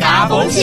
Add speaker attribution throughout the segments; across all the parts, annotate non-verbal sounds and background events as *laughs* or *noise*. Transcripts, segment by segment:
Speaker 1: 茶红
Speaker 2: 是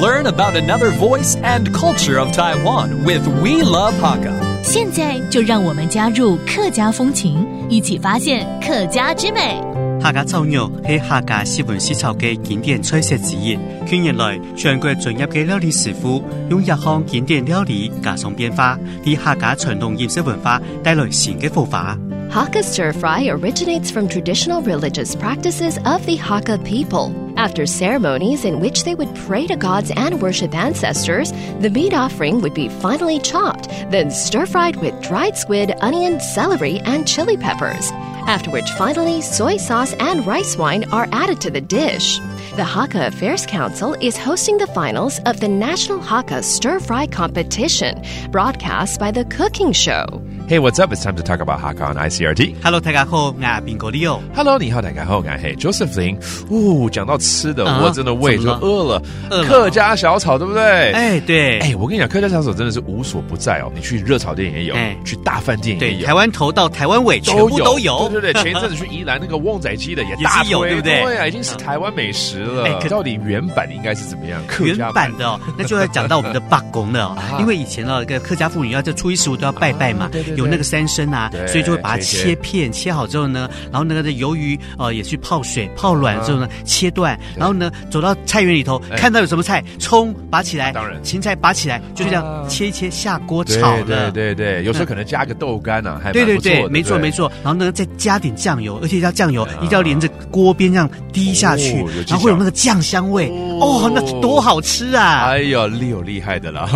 Speaker 3: Learn about another voice and culture of Taiwan with We Love Hakka.
Speaker 2: 现在就让我们加入客家风情，一起发现客家之美。
Speaker 1: 客家秋肉喺客家四門絲綢嘅景點趨勢之一。近年來，全國進入嘅料理師傅用一項景點料理加上變化，俾客家傳統飲食文化帶來新嘅火花。
Speaker 4: Hakka stir fry originates from traditional religious practices of the Hakka people. After ceremonies in which they would pray to gods and worship ancestors, the meat offering would be finally chopped, then stir fried with dried squid, onion, celery, and chili peppers. After which, finally, soy sauce and rice wine are added to the dish. The Hakka Affairs Council is hosting the finals of the National Hakka Stir Fry Competition, broadcast by The Cooking Show.
Speaker 5: Hey, what's up? It's time to talk about Hakka on ICRT.
Speaker 1: Hello，大家好，我係邊個 Leo。
Speaker 5: Hello，你好，大家好，我是 Josephine。哦，讲到吃的，
Speaker 1: 啊
Speaker 5: 我真的胃
Speaker 1: 怎
Speaker 5: 都
Speaker 1: 么了
Speaker 5: 饿了。
Speaker 1: 饿了
Speaker 5: 客家小炒，对不对？
Speaker 1: 哎，對，
Speaker 5: 哎，我跟你讲，客家小炒真的是无所不在哦。你去热炒店也有
Speaker 1: 哎，
Speaker 5: 去大饭店也
Speaker 1: 對，台
Speaker 5: 有，
Speaker 1: 灣頭到台灣尾全部都有。
Speaker 5: 对对
Speaker 1: *laughs*
Speaker 5: 对，前一阵子去宜兰那个旺仔鸡的也大
Speaker 1: 也是有
Speaker 5: 推
Speaker 1: 对不对
Speaker 5: 对啊，已经是台湾美食
Speaker 1: 哎
Speaker 5: 了。
Speaker 1: 可
Speaker 5: 到底原版应该是怎么样？客
Speaker 1: 原
Speaker 5: 家
Speaker 1: 版的哦，那就要讲到我们的罢工了哦
Speaker 5: *laughs* 啊，
Speaker 1: 因为以前呢，个客家妇女要在初一十五都要拜拜嘛
Speaker 5: 啊，对对对
Speaker 1: 有那个三牲啊，
Speaker 5: 对
Speaker 1: 所以就会把它
Speaker 5: 切
Speaker 1: 切
Speaker 5: 切
Speaker 1: 片，切好之后呢，然后那个鱿鱼呃也去泡水泡软之后
Speaker 5: 啊
Speaker 1: 呢，切断，然后呢走到菜园里头，
Speaker 5: 哎
Speaker 1: 看到有什么菜，葱拔起来，
Speaker 5: 啊当然
Speaker 1: 芹菜拔起来，就这
Speaker 5: 啊
Speaker 1: 样切一切下锅
Speaker 5: 对
Speaker 1: 炒
Speaker 5: 对
Speaker 1: 了。
Speaker 5: 对对，有时候可能加个豆干啊，还蛮
Speaker 1: 对对
Speaker 5: 不错的啊
Speaker 1: 对，没错没。错，然后呢，再加点酱油，而且要酱油一定要连着锅边这样滴下去
Speaker 5: 哦有，技
Speaker 1: 然后会有
Speaker 5: 巧
Speaker 1: 那个酱香味，
Speaker 5: 哦
Speaker 1: 哦，那多好吃啊！
Speaker 5: 哎呦，厉有厉害的了！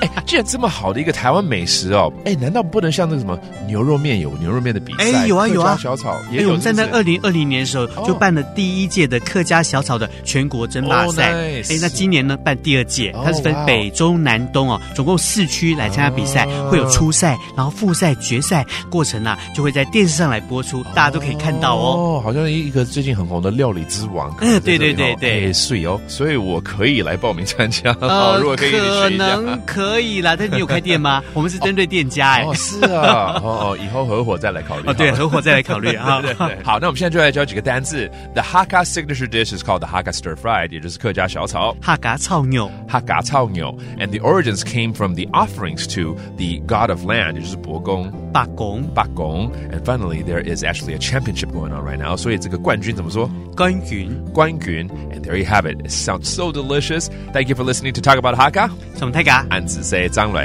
Speaker 5: 哎，既然这么好的一个台湾美食哦，哎，难道不能像那个什么牛肉面有牛肉面的比赛？
Speaker 1: 哎有啊有啊
Speaker 5: 客家小炒也
Speaker 1: 哎，
Speaker 5: 有。
Speaker 1: 我们在那
Speaker 5: 是不哦
Speaker 1: 二
Speaker 5: 是
Speaker 1: 零二零年的时候就办了第一届的客家小炒的全国争霸赛。
Speaker 5: 哦
Speaker 1: 哎、
Speaker 5: ，nice
Speaker 1: 那今年呢办第二届
Speaker 5: 哦，
Speaker 1: 它是分
Speaker 5: 哇哦
Speaker 1: 北中南东哦，总共四区来参加比赛，
Speaker 5: 啊
Speaker 1: 会有初赛，然后复赛、决赛过程啊，就会在电视上来播
Speaker 5: 哦
Speaker 1: 出，大家都可以看到哦。
Speaker 5: 哦，好像一个最近很红的料理之王。
Speaker 1: 嗯
Speaker 5: 可能在这里
Speaker 1: 对对
Speaker 5: 哦
Speaker 1: 对对
Speaker 5: 哎，是哦，所以我可以来报名参加。哦，如果可以，
Speaker 1: 可
Speaker 5: 你学一下。
Speaker 1: 能可以啦，但是你有开店吗？
Speaker 5: *laughs*
Speaker 1: 我们是针对店家哎、
Speaker 5: 哦，是啊，哦哦，以后合伙再来考虑。
Speaker 1: 哦，对，合伙再来考虑
Speaker 5: *laughs*
Speaker 1: 啊。
Speaker 5: 对对对好，那我们现在就来教几个单字。The Hakka signature dish is called the Hakka stir fried，也就是客家小炒。
Speaker 1: 哈嘎炒牛，
Speaker 5: Hakka Cao and the origins came from the offerings to the god of land, which is Bogong,
Speaker 1: 把拱，
Speaker 5: Bakgong. And finally, there is actually a championship going on right now. So it's like a Guanjun, 怎么说?
Speaker 1: 干云，
Speaker 5: Guanjun. And there you have it. It sounds so delicious. Thank you for listening to Talk About Hakka.
Speaker 1: 什么太嘎？
Speaker 5: I'm Zizei Zhang Lai